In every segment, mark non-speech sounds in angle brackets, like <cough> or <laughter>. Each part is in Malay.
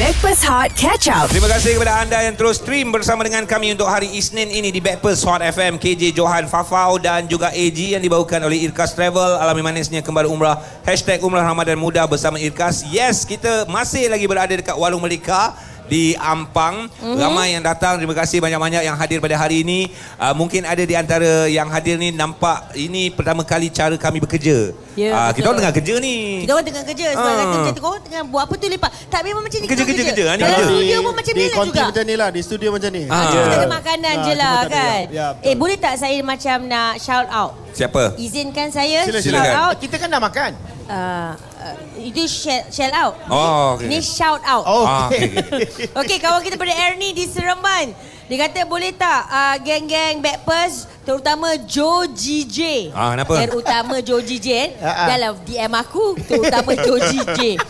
Backpass Hot Catch Up. Terima kasih kepada anda yang terus stream bersama dengan kami untuk hari Isnin ini di Backpast Hot FM KJ Johan Fafau dan juga AG yang dibawakan oleh Irkas Travel alami manisnya kembali umrah hashtag umrah Ramadan muda bersama Irkas yes kita masih lagi berada dekat Warung Melika di Ampang Mhm. mm-hmm. ramai yang datang terima kasih banyak-banyak yang hadir pada hari ini uh, mungkin ada di antara yang hadir ni nampak ini pertama kali cara kami bekerja Ya, Ah, kita betul. orang tengah kerja ni Kita orang tengah kerja Sebab Ah. kata macam tu Korang tengah buat apa tu lepak Tak memang macam ni Kerja, korang kerja, kerja, ha, ni. Dalam Kalau di- studio pun macam di ni lah konti juga macam ni lah Di studio macam ni Ah. Ya. Kita ada makanan Ah, je kita lah makan kan je. Ya, betul. Eh boleh tak saya macam nak shout out siapa Izinkan saya Sila, shout silakan. out Kita kan dah makan uh, uh, Itu shell, shell out Oh, okey. Ni shout out Oh Ah, okay. okey, <laughs> Okey, kawan kita pada Ernie di Seremban. Dia kata boleh tak uh, geng-geng backpers terutama Joe GJ. Ah, kenapa? Terutama Joe GJ eh? Ah, ah. dalam DM aku terutama Joe <laughs> GJ.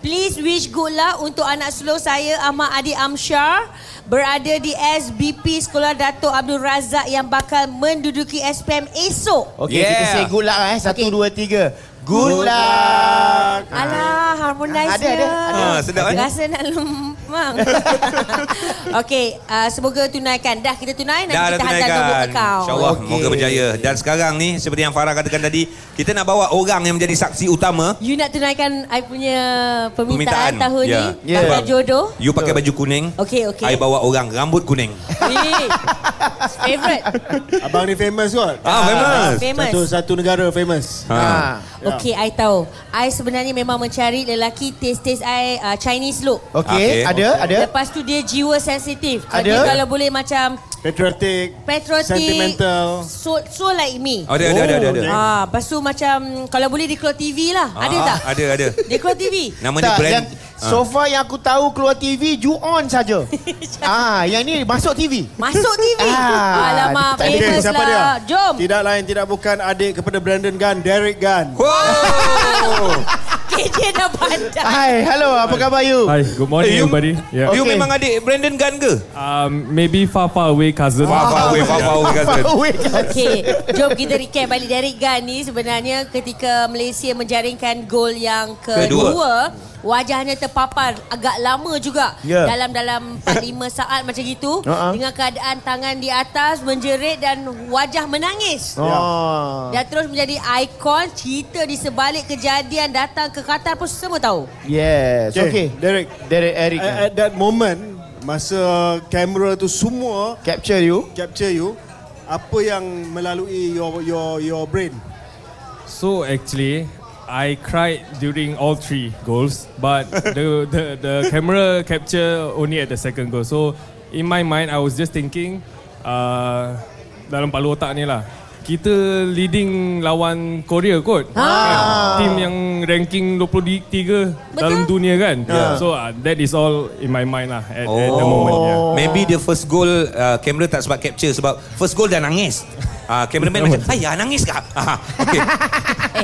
Please wish good luck untuk anak slow saya Ahmad Adi Amsyar berada di SBP Sekolah Dato' Abdul Razak yang bakal menduduki SPM esok. Okay Yeah. kita say good luck eh Satu Okay. dua tiga Good luck Alah, harmonize Ada, ada, ada. Ah, sedap, eh? Rasa nak <laughs> lemang. Okey, uh, semoga tunaikan. Dah kita tunai, nanti Dah dah kita hantar nombor tunaikan kau. InsyaAllah okay. Okey. Moga berjaya Dan sekarang ni Seperti yang Farah katakan tadi Kita nak bawa orang yang menjadi saksi utama You nak tunaikan I punya Permintaan, permintaan, tahun ya. ni Ya. pasal jodoh. You pakai baju kuning Okey, okey. I bawa orang Rambut kuning Ni favorite. Abang ni famous kot. Ah famous Famous. Satu satu negara famous. ha. Ah. Okey, I tahu. I sebenarnya memang mencari lelaki taste-taste I uh, Chinese look. Okay, Okay. ada, Oh, ada. Lepas tu dia jiwa sensitif. Jadi Ada. kalau boleh macam Patriotic. patriotic, Sentimental. so, so like me. Ada ada ada ada, ada. Oh, Ah, lepas tu macam kalau boleh di Keluar TV lah. Ada Eh. Ah, tak? Ada ada Di Keluar TV. Nama dia Tak, brand Ah. yang so far yang aku tahu keluar TV, you on saja. ah, yang ni masuk TV. Masuk TV. Ah, Alamak, tak ada. Okey, famous siapa lah. dia? Jom. <laughs> Tidak lain tidak bukan adik kepada Brandon Gunn, Derek Gunn. Wow KJ dah pandai. Hai, hello, apa khabar you? Hi, good morning Eh, you- everybody. Yeah. You Okay. memang adik Brandon Gunn ke? Um, maybe far far away cousin. Far far away Far far away cousin Wait, guys. Okay, jom kita recap balik dari Gan ni sebenarnya ketika Malaysia menjaringkan gol yang kedua, Kedua. wajahnya terpapar agak lama juga Ya. dalam dalam 4-5 saat macam gitu Ha-ha. dengan keadaan tangan di atas menjerit dan wajah menangis. Oh. Dan terus menjadi ikon cerita di sebalik kejadian datang ke Qatar pun semua <laughs> tahu. Yes, okay. Ya. Derek. Eh, Derek Eric. kan? At, at that moment, masa kamera tu semua Capture you. capture you, apa yang melalui your your your brain? So actually, I cried during all three goals, but the, the the camera capture only at the second goal. So in my mind, I was just thinking, uh, dalam palu otak ni lah. Kita leading lawan Korea kot ah. Team yang ranking 23 dalam dunia kan yeah. So uh, that is all in my mind lah At, at Oh. the moment yeah. Maybe the first goal uh, Kamera tak sebab capture Sebab first goal dah nangis Ah, uh, cameraman macam, ayah nangis kah? Ah, okay.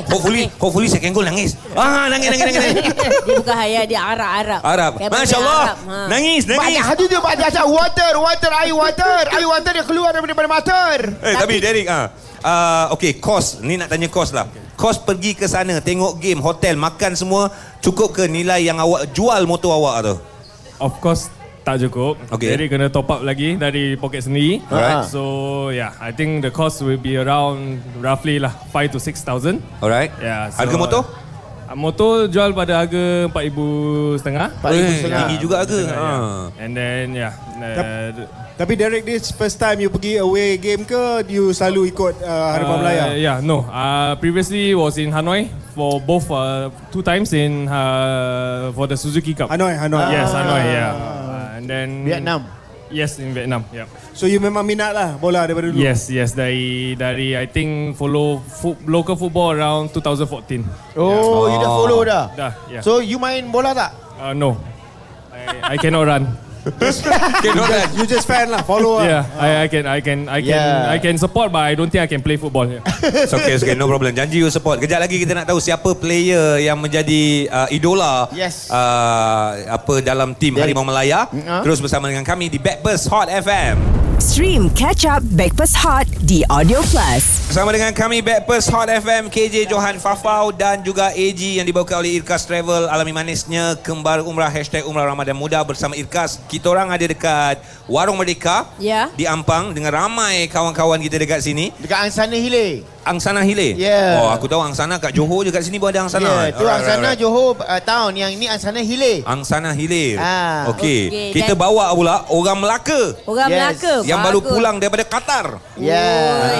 hopefully, hopefully second goal nangis. Ah, nangis, nangis, nangis. <laughs> nangis. dia bukan hayal, dia Arab-Arab. Arab. Masya Allah. ha. Nangis, Banyak nangis. hati tu banyak macam water, water, air water. Air water dia keluar daripada mata. Eh, tapi Derek, ah, ah, okay, kos. Ni nak tanya kos lah. Kos pergi ke sana, tengok game, hotel, makan semua. Cukup ke nilai yang awak jual motor awak tu? Of course tak cukup. Okay. Jadi kena top up lagi dari poket sendiri. Alright. So yeah, I think the cost will be around roughly lah 5 to 6000. Alright. Yeah. So, Harga motor? Uh, motor jual pada harga 4000 setengah. Eh, ya. Tinggi juga ke? Ha. And then yeah. Uh, Tapi Derek this first time you pergi away game ke you selalu ikut uh, Harapan Melaya? Uh, yeah, no. Uh, previously was in Hanoi for both uh, two times in uh, for the Suzuki Cup. Hanoi, Hanoi. Ah. Yes, Hanoi. Yeah. Uh, and then Hmm. Vietnam. Yes, in Vietnam. Yeah. So you memang minat lah bola daripada dulu. Yes, yes dari dari I think follow fo- local football around 2014. Oh, Ya. you dah follow dah. Dah, yeah. So you main bola tak? Uh, no. I, I cannot run. Okay, no, right. You just fan lah, follow lah. Yeah, I, I can I can I can Yeah. I can support but I don't think I can play football. Yeah. It's okay, it's okay. No problem. Janji you support. Kejap lagi kita nak tahu siapa player yang menjadi uh, idola Yes. Mm-hmm. uh, apa dalam tim Harimau Melaya. Mm-ah. Terus bersama dengan kami di Backburst Hot FM. Stream Catch Up Backpass Hot di Audio Plus. Bersama dengan kami Backpast Hot FM KJ Johan Fafau dan juga AG yang dibawakan oleh Irkas Travel alami manisnya kembar umrah hashtag umrah Ramadan muda bersama Irkas kita orang ada dekat Warung Merdeka Ya. di Ampang dengan ramai kawan-kawan kita dekat sini Dekat Angsana Hilir. Angsana Hilir Ya. oh aku tahu Angsana kat Johor je kat sini pun ada Angsana Ya, tu Alright, Angsana alright, alright. Johor uh, Town. Yang ini Angsana Hilir. Angsana Hilir Ah. Okey Okey, kita dan- bawa pula orang Melaka Orang Yes. Melaka. yang baru Bagus. pulang daripada Qatar Yeah.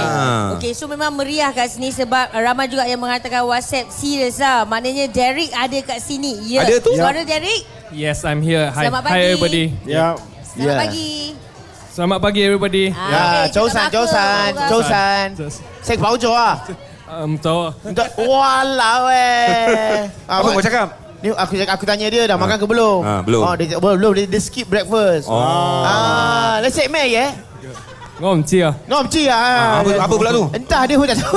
Ah. Okey, so memang meriah kat sini sebab uh, ramai juga yang mengatakan WhatsApp serius lah. Maknanya Derek ada kat sini. Ya. Ada tu? Suara Derek. Yes, I'm here. Hi. Selamat Hi pagi. everybody. Yeah. Selamat Ya. pagi. Selamat pagi everybody. Ah, okey, Ya, cakap Chausan, Melaka Chausan, orang. Chausan. Chausan. Saya bau jauh ah. Um, tahu Untuk walau eh. <laughs> Apa kau cakap? Ni aku aku tanya dia dah makan ke belum? Ah, belum. Oh, dia, belum, belum. Dia, dia skip breakfast. Oh. Ah, let's say meh ya. ngom cia. Nom ci ah. apa, apa pula tu? Entah dia pun <laughs> tak tahu.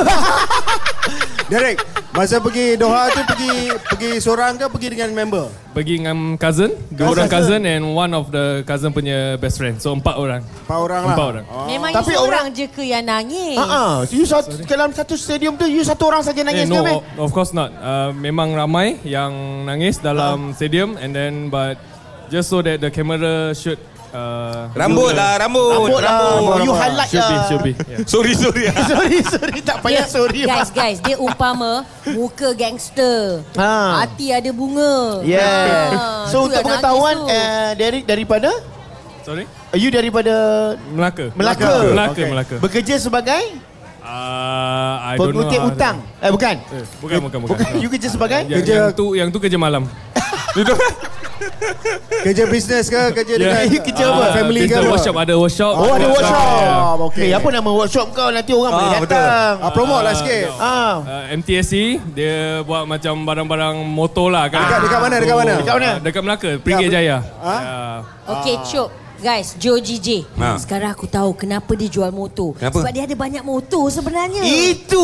Derek, masa pergi Doha tu pergi pergi seorang ke pergi dengan member? Pergi dengan cousin, dua Cousin. orang cousin and one of the cousin punya best friend. So empat orang. Empat orang lah. Empat orang. Memang Tapi Tapi orang- seorang je ke yang nangis. Ha ah, you satu dalam satu stadium tu you satu orang saja Eh, nangis ke no, meh? o- of course not. Uh, memang ramai yang nangis dalam stadium and then but just so that the camera should uh, Rambut lah rambut Rambut lah. You highlight should be lah. should be. Yeah. Sorry sorry <laughs> Sorry, sorry. Tak payah sorry. Ya, Guys, guys, dia umpama muka gangster. Ah. Hati ada bunga. Yeah. Ah, tu So untuk yang nangis pengetahuan tu. eh, Derek daripada Sorry. you daripada Melaka. Melaka. Melaka, Okay. Melaka. Bekerja sebagai Uh, I don't know. pengutip how- hutang. Eh bukan. Eh, bukan, bukan, bukan. Bukan. Ya, You kerja sebagai Yang, Kerja- kerja. yang tu yang tu kerja malam. Kerja bisnes ke? Kerja Yeah. dengan uh, You kerja apa? Ah, Oh, family ke kerja apa? workshop ada workshop. Oh ada yeah. workshop. okey. Okey, Eh, apa nama workshop kau nanti orang boleh Ah, betul. datang. Ah, promote lah sikit. Ah. Uh, MTSC dia buat macam barang-barang motor lah kan. Dekat- dekat mana, dekat mana? Dekat mana? Dekat Melaka, Peringgi Dekat- Jaya. Ha? Uh, Okey, Cuk. Guys, Joe JJ. Ha. Sekarang aku tahu kenapa dia jual motor. Kenapa? Sebab dia ada banyak motor sebenarnya.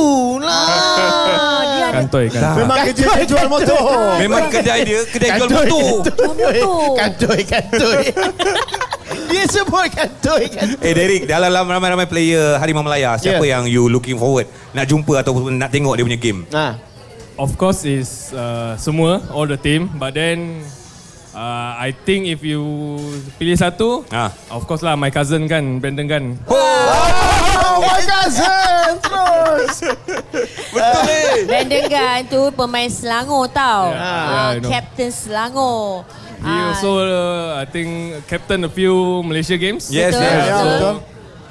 Itulah. Ah, dia ada kantoi kan. Memang Kacau, kerja dia jual kacau. motor. Memang kedai dia Kedai jual Kantoi, motor kantoi, <laughs> motor. Kantoi, kantoi. <laughs> Dia sebut kantoi, kantoi. Eh Derek Dalam ramai-ramai player Harimau Melaya Siapa Yeah. yang you looking forward Nak jumpa Ataupun nak tengok dia punya game Nah. Of course is uh, semua all the team but then uh, I think if you pilih satu Ha. of course lah my cousin kan Brandon kan. Oh my cousin. Terus. Betul eh Brandon Gan tu pemain Selangor tau. Ya, Ah, ya, I know. Captain Selangor. Ah, He also uh, I think captain a few Malaysia games. Yes Betul. yes Ya, So- betul.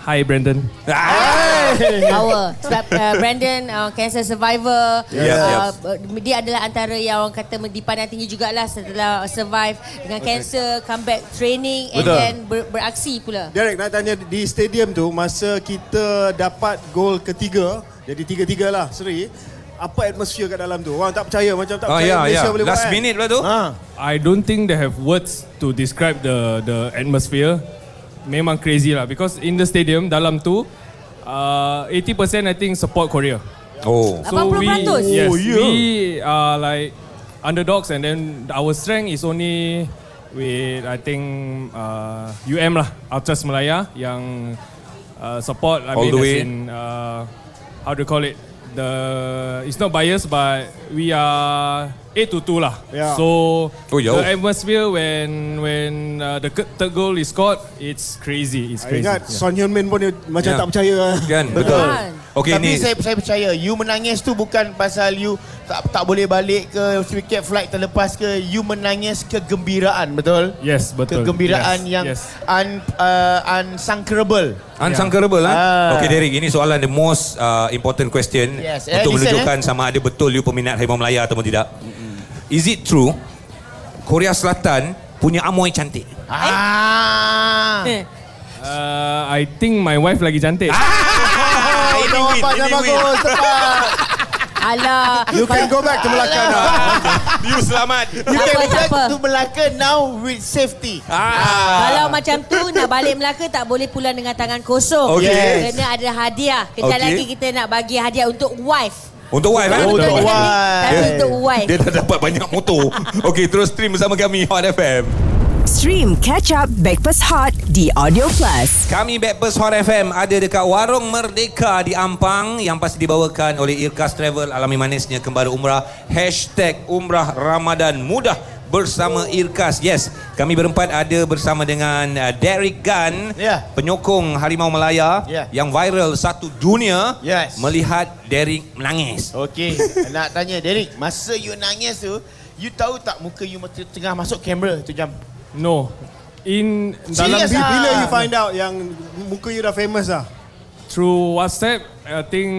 Hi Brandon. Ah. power. Sebab uh, Brandon uh, cancer survivor. Yeah, Uh, Dia adalah antara yang orang kata dipandang tinggi jugalah setelah survive dengan cancer, come back training and Betul. then ber, beraksi pula. <laughs> Derek nak tanya di stadium tu masa kita dapat gol ketiga, jadi tiga-tiga lah seri. Apa atmosphere kat dalam tu? Orang tak percaya macam tak Oh percaya ya Malaysia ya boleh Last buat. minute lah tu Ha. I don't think they have words to describe the the atmosphere. Memang crazy lah because in the stadium dalam tu uh, 80% I think support Korea. Oh 80%? we, yes, Oh, yeah. we are like underdogs and then our strength is only with I think uh, UM lah, Ultras Melaya yang uh, support. I All mean, the as way. In, uh, how do you call it? The it's not biased, but we are eight to two lah. Yeah. So Oh, jauh. the atmosphere when when uh, the ke- third goal is scored, it's crazy. It's I crazy. Ah, ingat Son Heung Min pun dia macam Ya. tak percaya. Kan Betul. Okey Tapi ni saya, saya percaya you menangis tu bukan pasal you tak tak boleh balik ke tiket flight terlepas ke you menangis kegembiraan betul? Yes, betul. Kegembiraan Yes, yang yes. un uh, unsankerable. Unsankerable Ah. lah. Okay Derek, ini soalan the most uh, important question Yes, eh, untuk listen, menunjukkan sama ada betul you peminat harimau Melaya atau tidak. Is it true Korea Selatan punya amoy cantik? Ah. Eh, Uh, I think my wife lagi cantik. <laughs> Ah, ini itu win, apa ini dah <laughs> win. bagus tepat. Alah. You can go back to Melaka Ah, now. you selamat. You Tak can apa, tak back apa. to Melaka now with safety. Ah. Kalau macam tu nak balik Melaka tak boleh pulang dengan tangan kosong. Okey. Yes. Kena ada hadiah. Kejap Okey. lagi kita nak bagi hadiah untuk wife. Untuk wife kan? Untuk Betul, wife. Tapi Dia- untuk wife. Dia dah dapat banyak motor. Okey, terus stream bersama kami Hot FM. Stream catch up Backpass Hot di Audio Plus. Kami Backpast Hot FM ada dekat Warung Merdeka di Ampang yang pasti dibawakan oleh Irkas Travel alami manisnya kembali umrah hashtag umrah Ramadan mudah bersama Irkas. Yes, kami berempat ada bersama dengan uh, Derek Gunn, Ya. penyokong Harimau Melaya Ya. yang viral satu dunia Yes. melihat Derek menangis. Okey, <laughs> nak tanya Derek, masa you nangis tu, you tahu tak muka you masa tengah masuk kamera tu jam? No. In dalam Serious Dalam ah? bila you find out yang muka you dah famous lah. through WhatsApp I think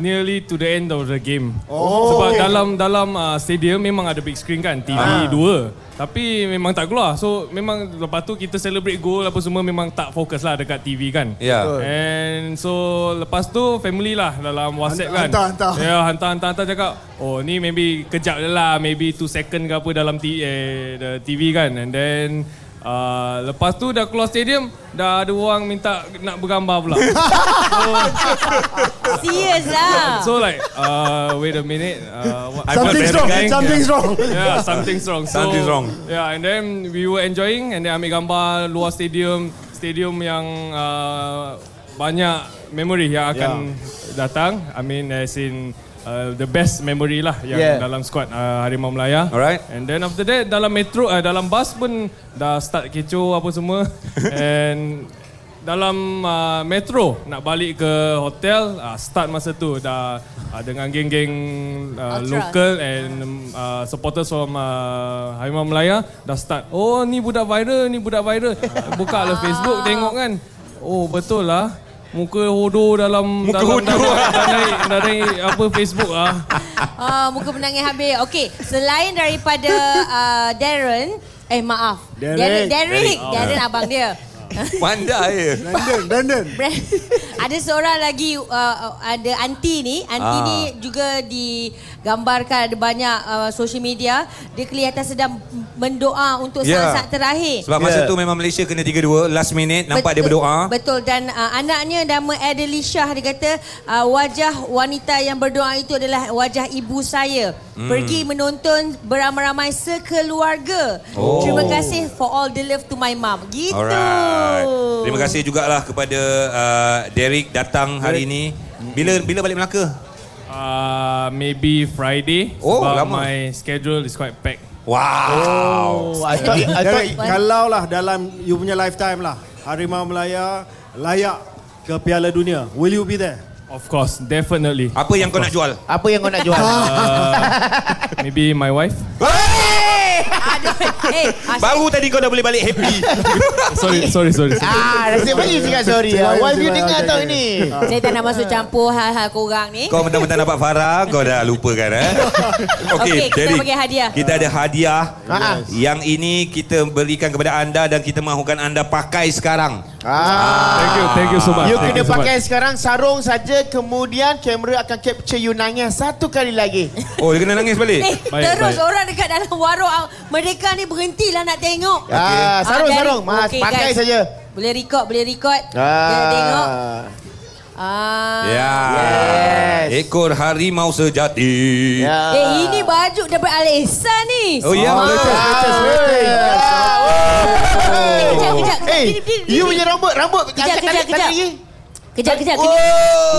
nearly to the end of the game. Oh. Sebab Okay. dalam dalam uh, stadium memang ada big screen kan TV ah. dua. Tapi memang tak keluar. So memang lepas tu kita celebrate goal apa semua memang tak fokus lah dekat TV kan. Ya. And so lepas tu family lah dalam WhatsApp Hantar- kan. hantar- hantar. Ya, yeah, hantar hantar hantar cakap, "Oh, ni maybe kejap je lah, maybe 2 second ke apa dalam TV, eh, the TV kan." And then Uh, lepas tu dah keluar stadium Dah ada orang minta nak bergambar <laughs> pula Serius lah. So like uh, Wait a minute uh, what, I felt very Something's wrong. kind. Something's wrong. Yeah, something's wrong. So, Something's wrong. Yeah, and then we were enjoying and then ambil gambar luar stadium, stadium yang uh, banyak memory yang akan yeah. datang. I mean as in uh, the best memory lah yang Yeah. yeah. dalam squad uh, Harimau Melaya. Alright. And then after that dalam metro uh, dalam bus pun dah start kecoh apa <laughs> semua and dalam uh, metro nak balik ke hotel uh, start masa tu dah uh, dengan geng-geng uh, Ultras. local and um, uh, supporters from uh, Harimau Melaya dah start oh ni budak viral ni budak viral buka lah Facebook tengok kan oh betul lah muka hodoh dalam Muka dalam, hodoh. dah, dah naik dah naik apa Facebook ah Ah, muka penangis habis. Okey, selain daripada uh, Darren, eh maaf. Derek. Darren, Derek, Derek. Ah. Darren abang dia. Pandai je. London, London. Brand- <laughs> ada seorang lagi uh, ada anti ni anti Ah. ni juga digambarkan ada banyak uh, social media dia kelihatan sedang mendoa untuk Ya. saat-saat terakhir Sebab masa tu memang Malaysia kena 3-2 last minute nampak dia berdoa. Betul dan uh, anaknya nama Adelie Shah dia kata uh, wajah wanita yang berdoa itu adalah wajah ibu saya. Hmm. Pergi menonton beramai-ramai sekeluarga. Oh. Terima kasih for all the love to my mom. Gitu. Alright. Terima kasih jugalah kepada uh, Derek datang hari ini. Bila bila balik Melaka? Uh, maybe Friday. Oh, sebab lama. my schedule is quite packed. Wow. Oh, I thought, I thought, Derek, kalau lah dalam you punya lifetime lah, Harimau Melaya layak ke Piala Dunia. Will you be there? Of course, definitely. Apa yang kau nak jual? apa yang kau nak jual? Maybe my wife. <laughs> Eh, asyik. Baru tadi kau dah boleh balik happy. <laughs> Sorry, sorry, sorry. <laughs> sorry. ah, nasib baik you cakap sorry. Ah. Wife you dengar tau ini. Saya tak nak masuk campur hal-hal korang ni. kau mentang-mentang dapat Farah, kau dah lupakan <laughs> eh. Okey, kita bagi hadiah. Ah. Kita ada hadiah. Ha-ha. Yang ini kita berikan kepada anda dan kita mahukan anda pakai sekarang. Ah. Thank you, thank you so much. You kena Thank so much. pakai sekarang sarung saja kemudian kamera akan capture you nangis satu kali <laughs> lagi. Oh, dia kena nangis balik. Eh, Baik, terus baik. orang dekat dalam warung ah, mereka ni berhentilah nak tengok. Ah, sarung Derek, sarung mas okey, pakai guys. saja. Boleh record, boleh record. Ah. Dia tengok. Ah. Ya. Yes. Ekor harimau sejati. Ya. Eh, ini baju daripada Al Ihsan ni. Oh, ya. latest, latest, latest. Eh, Ah. Kejap, kejap. Eh, Berdiri, berdiri, you berdiri. punya rambut, rambut Kejap, angkat kejap, tarik- kejap. tarik lagi. Kejap, kejap. Kena,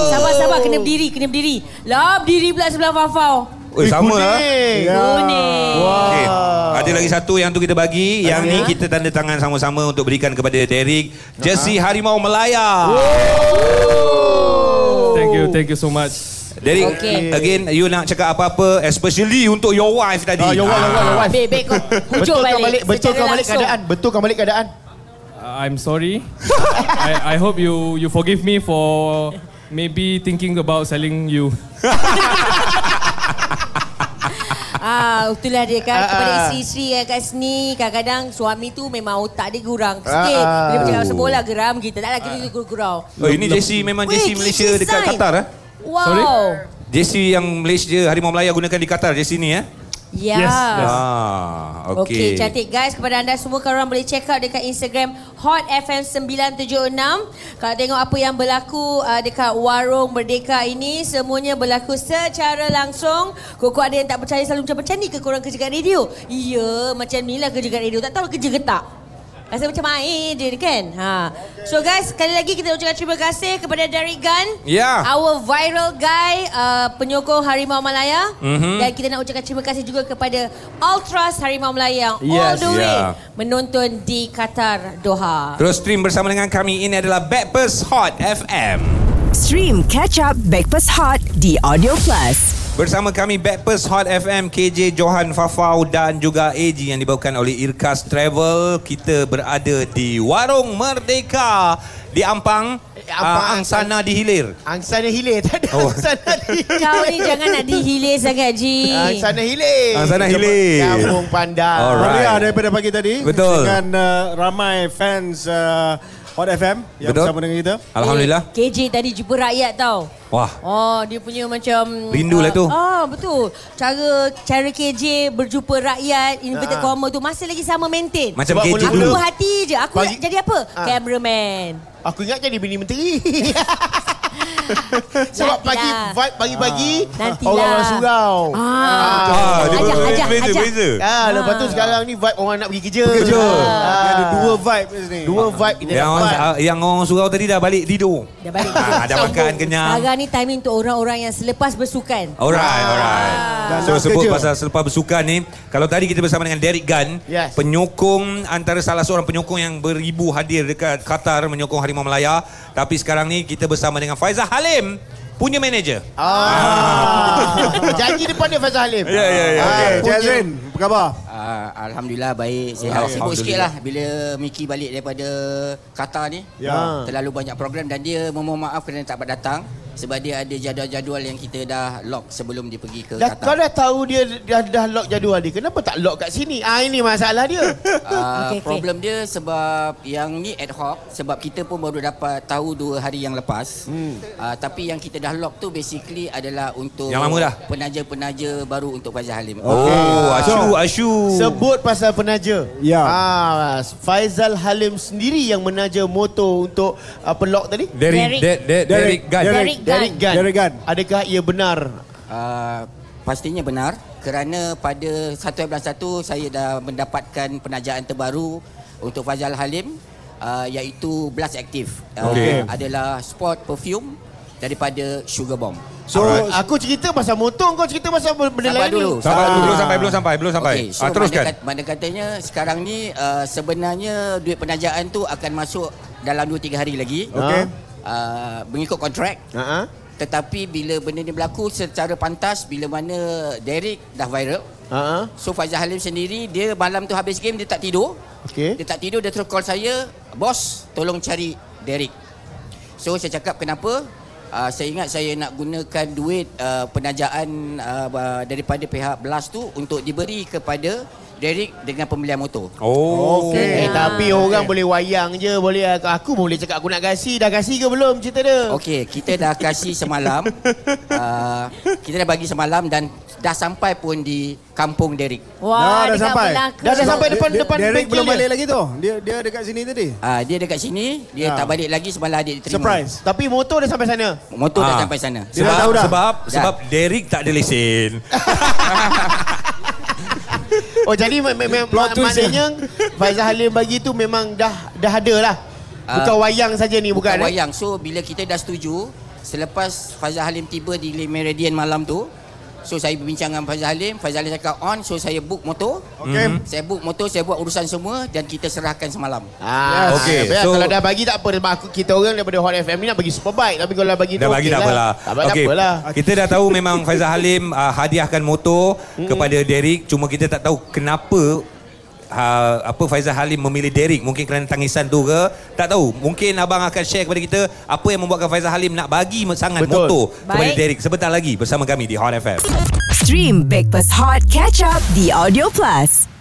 sabar, sabar. Kena berdiri, kena berdiri. Lah, berdiri pula sebelah Fafau. Eh. Oh, sama lah. kuning. Ya. Ah. Kuning. Okay. Ada lagi satu yang tu kita bagi. Yang ni kita tanda tangan sama-sama untuk berikan kepada Derek. Jersey Ah. Harimau Melaya. Thank you, thank you so much. Derek, Okay. again, you nak cakap apa-apa especially untuk your wife tadi. Ah, your wife, your wife, your wife. Baik, baik <laughs> kau. Hujung Betul balik. kau balik, betul secara kau balik langsung. keadaan. Betul kau balik keadaan. Uh, I'm sorry. <laughs> I, I hope you you forgive me for maybe thinking about selling you. Ah, itulah dia kan Ah, kepada ah. isteri-isteri yang kat sini kadang-kadang suami tu memang otak dia gurang sikit. Ah, ah. Bila bercakap pasal bola geram kita. Taklah kita juga gurau. Oh, ini jersey memang jersey Weh, Malaysia key dekat design. Qatar eh. Wow. Sorry? Jersey yang Malaysia Harimau Melaya gunakan di Qatar jersey ni eh. Ya. Yes, yes. Ah, Okey, okey. okay, cantik guys kepada anda semua korang boleh check out dekat Instagram Hot FM 976. Kalau tengok apa yang berlaku uh, dekat Warung Merdeka ini semuanya berlaku secara langsung. Kok ada yang tak percaya selalu macam macam ni ke korang kerja kat radio? Ya, macam ni lah kerja kat radio. Tak tahu kerja ke tak? Rasa macam air je ni kan. Ha. So guys, sekali lagi kita ucapkan terima kasih kepada Derek Gun. Ya. Our viral guy, uh, penyokong Harimau Malaya. Mm-hmm. Dan kita nak ucapkan terima kasih juga kepada Ultras Harimau Malaya. Yes. All the way Ya. menonton di Qatar, Doha. Terus stream bersama dengan kami. Ini adalah Backpast Hot FM. Stream catch up Backpass Hot di Audio Plus. Bersama kami Backpast Hot FM KJ Johan Fafau dan juga AG yang dibawakan oleh Irkas Travel. Kita berada di Warung Merdeka di Ampang, Eh, Ampang, ah, Angsana di Hilir. Angsana hilir. Tak ada oh. angsana hilir. Kau ni jangan nak dihilir sangat, Ji. Angsana hilir. Angsana hilir. Kampung pandang. Alright. Meriah daripada pagi tadi Betul. Dengan uh, ramai fans uh, Hot FM Yang Betul. bersama dengan kita Alhamdulillah. Eh, KJ tadi jumpa rakyat tau. Eh. Wah. Oh, dia punya macam... Rindu lah ah, tu. Ah, betul. Cara cara KJ berjumpa rakyat, inverted comma tu masih lagi sama maintain. Macam Sebab KJ mula-mula- aku dulu. buah hati je. Aku Bagi- nak jadi apa? Ah. Cameraman. Aku ingat jadi bini <laughs> menteri. Nantilah. Sebab pagi vibe pagi-pagi Nantilah. orang-orang surau. Ah. Ah. dia Ajak, betul. ajak, ajak. Beza-beza. Ah, lepas tu sekarang ni vibe orang nak pergi kerja. Kerja Ah. Dia ada dua vibe di sini Dua vibe kita Yang orang, dapat. ah, yang orang surau tadi dah balik tidur. Dah balik. Ah, dah makan kenyang. Sekarang ni timing untuk orang-orang yang selepas bersukan. Alright, alright. Ah. Dan So nak sebut kerja. pasal selepas bersukan ni, kalau tadi kita bersama dengan Derek Gunn, Yes. penyokong antara salah seorang penyokong yang beribu hadir dekat Qatar menyokong Harimau Melaya, tapi sekarang ni kita bersama dengan Faizal Halim punya manager. Ah. Janji depan dia Faizal Halim. Ya, ya, ya. Okay, Ah, Cik Azrin, apa khabar? Uh, Alhamdulillah baik Sihat sibuk Alhamdulillah. sikit lah Bila Miki balik daripada Qatar ni Ya. Terlalu banyak program Dan dia memohon maaf kerana tak dapat datang Sebab dia ada jadual-jadual yang kita dah lock Sebelum dia pergi Dah, ke Lah, kau Qatar dah tahu dia dah, dah lock jadual dia. Kenapa tak lock kat sini? Ah ini masalah dia. uh, Okey, okey. Problem dia sebab Yang ni ad hoc Sebab kita pun baru dapat tahu Dua hari yang lepas Hmm. uh, Tapi yang kita dah lock tu Basically adalah untuk Yang lama dah? Penaja-penaja baru untuk Fajar Halim Oh, Ashu, Ashu. Sebut pasal penaja. Ya. Ah, Faizal Halim sendiri yang menaja motor untuk apa lock tadi? Derek, Derek. Derek, Derek, Derek Gunn. Derek Gun. Gun. Derek Gun. Adakah ia benar? Uh, pastinya benar kerana pada 1.1 saya dah mendapatkan penajaan terbaru untuk Fazal Halim uh, iaitu Blast Active. Uh, Okey. Adalah sport perfume daripada Sugar Bomb. So, Alright. aku cerita pasal motor, kau cerita pasal benda Sabar lain ni. dulu. Sabar Ah. tu, belum sampai, belum sampai, belum sampai. Okey, so ah, teruskan. Mana, kat- mana katanya sekarang ni uh, sebenarnya duit penajaan tu akan masuk dalam 2-3 hari lagi. Okey. Uh, mengikut kontrak. ah. Ha. Tetapi bila benda ni berlaku secara pantas bila mana Derek dah viral. Ha. So Faizal Halim sendiri dia malam tu habis game dia tak tidur. Okey. Dia tak tidur dia terus call saya, "Bos, tolong cari Derek." So saya cakap kenapa? Uh, saya ingat saya nak gunakan duit uh, penajaan uh, ba- daripada pihak Blast tu untuk diberi kepada Derek dengan pembelian motor. Oh. Eh, tapi orang boleh wayang je, boleh aku, aku boleh cakap aku nak kasih, dah kasih ke belum cerita dia? Okey, kita dah kasih <laughs> semalam. uh, kita dah bagi semalam dan dah sampai pun di kampung Derek. Dah, Wah, dah dekat sampai. Melaka. Dah, dah sampai De- depan- De- depan Derek bengkel belum dia. balik lagi tu. Dia dia dekat sini tadi. Uh, dia dekat sini, dia Ah. tak balik lagi sebab lah dia terima. Surprise. Tapi motor dah sampai sana. Motor dah Ah. sampai sana. Dia dah sebab, tahu dah. Sebab, Dah. sebab Derek tak ada lesen. Oh jadi me- me- me- Plot twist dia. maknanya Faizal Halim bagi tu memang dah dah ada lah. Bukan Ah, wayang saja ni bukan. eh? Bukan wayang. So bila kita dah setuju, selepas Fazal Halim tiba di Le Meridian malam tu, so saya berbincang dengan Fazal Halim, Fazal Halim cakap on, so saya book motor. Mm-hmm. Okey. Saya book motor, saya buat urusan semua dan kita serahkan semalam. Yes. Ah, Okey, okay. So, so- kalau dah bagi tak apa sebab aku kita orang daripada Hot FM ni nak bagi superbike tapi kalau dah bagi Dah tu bagi okey lah. tak apalah. Tak apa okay. apalah. Kita dah tahu memang Faizal Halim uh, hadiahkan motor kepada Derek. Cuma kita tak tahu kenapa uh, apa Faizal Halim memilih Derek. Mungkin kerana tangisan tu ke. Tak tahu. Mungkin abang akan share kepada kita apa yang membuatkan Faizal Halim nak bagi sangat Betul. motor kepada Baik. Derek. Sebentar lagi bersama kami di Hot FM. Stream Backpass Hot catch up di Audio Plus.